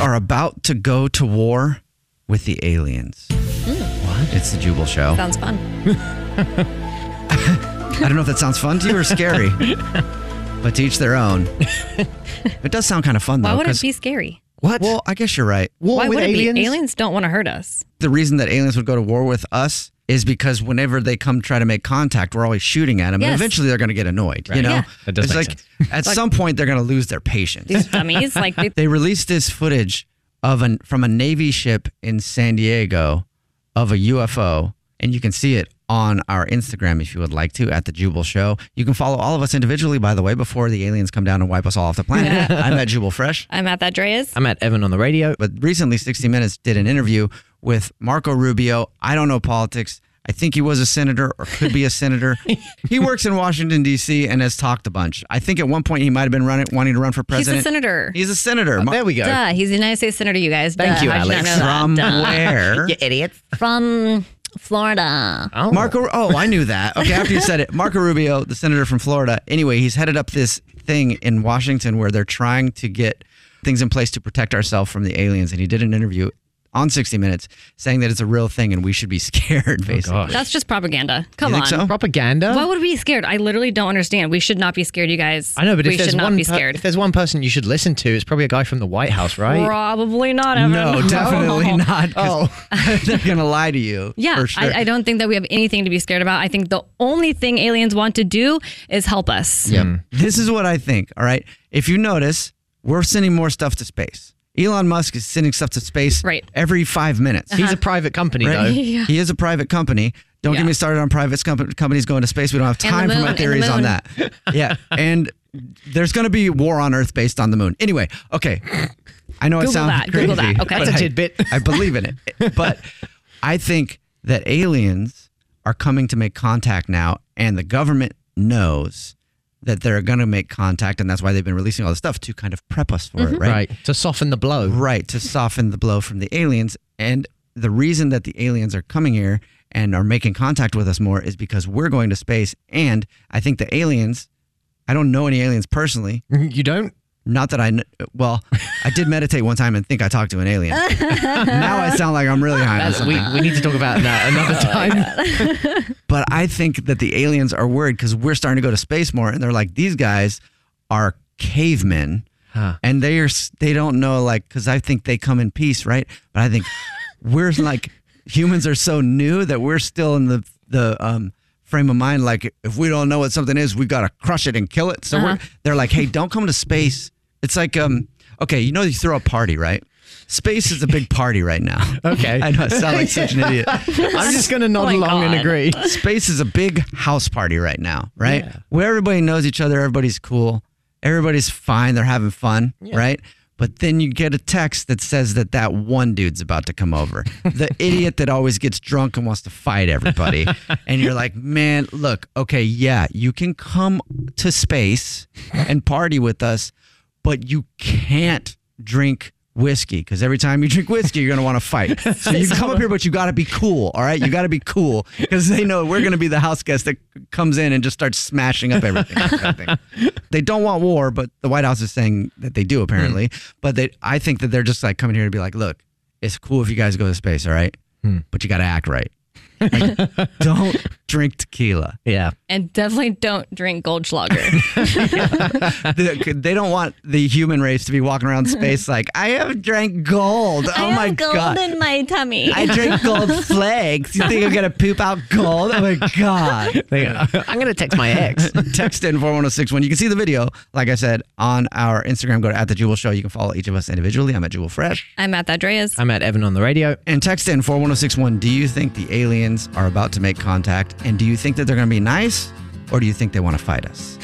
are about to go to war with the aliens. What? It's the Jubal Show. Sounds fun. I don't know if that sounds fun to you or scary, but to each their own. It does sound kind of fun though. Why would it 'cause- be scary? What? Well, I guess you're right. War Why with would it aliens? be? Aliens don't want to hurt us. The reason that aliens would go to war with us is because whenever they come try to make contact, we're always shooting at them, and Yes. eventually they're going to get annoyed. You Right. know, Yeah. That does it's make like at some point they're going to lose their patience. These dummies, like they, they released this footage of an from a Navy ship in San Diego of a UFO, and you can see it on our Instagram if you would like to at the Jubal Show. You can follow all of us individually, by the way, before the aliens come down and wipe us all off the planet. I'm at Jubal Fresh. I'm at that Dreas. I'm at Evan on the radio. But recently, 60 Minutes did an interview with Marco Rubio. I don't know politics. I think he was a senator or could be a senator. he works in Washington, D.C., and has talked a bunch. I think at one point he might have been running, wanting to run for He's president. a senator. He's a senator. Mar- There we go. Duh, he's a United States senator, you guys. Thank Duh, you, how'd Alex. not know that? From Duh. where? idiot. From Florida. Oh. Marco. Oh, I knew that. Okay, after you said it, Marco Rubio, the senator from Florida. Anyway, he's headed up this thing in Washington where they're trying to get things in place to protect ourselves from the aliens. And he did an interview on 60 Minutes saying that it's a real thing and we should be scared. Basically, gosh. That's just propaganda. Come You on. think so? Propaganda. Why would we be scared? I literally don't understand. We should not be scared, you guys. I know, but we if there's should not one be per- scared. if there's one person you should listen to, it's probably a guy from the White House, right? Probably not, Evan. no, definitely not. 'cause Oh. they're gonna lie to you. Yeah, for sure. I, I don't think that we have anything to be scared about. I think the only thing aliens want to do is help us. Yep. This is what I think. All right. If you notice, we're sending more stuff to space. Elon Musk is sending stuff to space Right. every five minutes. He's a private company Right? though. He is a private company. Don't get Yeah. me started on private com- companies going to space. We don't have And the time for moon, my and the theories on moon. that. Yeah. and there's going to be war on Earth based on the moon. Anyway, okay. I know it Google sounds that, crazy. Google that, okay. but That's a I- tidbit. I believe in it. But I think that aliens are coming to make contact now, and the government knows that they're going to make contact, and that's why they've been releasing all this stuff to kind of prep us for Mm-hmm. it, right? Right. To soften the blow. Right, to soften the blow from the aliens. And the reason that the aliens are coming here and are making contact with us more is because we're going to space. And I think the aliens, I don't know any aliens personally. You don't. Not that I, kn- well, I did meditate one time and think I talked to an alien. now I sound like I'm really high on That's, Oh, something. we, we need to talk about that another time. But I think that the aliens are worried because we're starting to go to space more, and they're like, these guys are cavemen, Huh. and they are s- they don't know like because I think they come in peace, right? But I think we're like humans are so new that we're still in the the um, frame of mind like if we don't know what something is, we gotta crush it and kill it. So Uh-huh. we're, they're like, hey, don't come to space. It's like um okay, you know you throw a party, right? Space is a big party right now. Okay. I know I sound like such an idiot. I'm just going to nod Oh my along and God. agree. space is a big house party right now, right? Where everybody knows each other, everybody's cool, everybody's fine, they're having fun, right? But then you get a text that says that that one dude's about to come over, the idiot that always gets drunk and wants to fight everybody. and you're like, man, look, okay, yeah, you can come to space and party with us, but you can't drink whiskey because every time you drink whiskey, you're gonna want to fight. So you come up here, but you gotta be cool. All right, you gotta be cool because they know we're gonna be the house guest that comes in and just starts smashing up everything. That kind of thing. they don't want war, but the White House is saying that they do apparently. But they, I think that they're just like coming here to be like, look, it's cool if you guys go to space, all right, but you gotta act right. Like, don't drink tequila. Yeah. And definitely don't drink Goldschlager. they, they don't want the human race to be walking around space like I have drank gold. Oh my god. in my tummy. I drink gold flakes. You think I'm gonna poop out gold? Oh my god! I'm going to text my ex. Text in four one zero six one. You can see the video, like I said, on our Instagram. Go to at the Jewel Show. You can follow each of us individually. I'm at Jewel Fresh. I'm at that Dreas. I'm at Evan on the radio. And text in four one zero six one. Do you think the aliens are about to make contact? And do you think that they're gonna be nice, or do you think they want to fight us?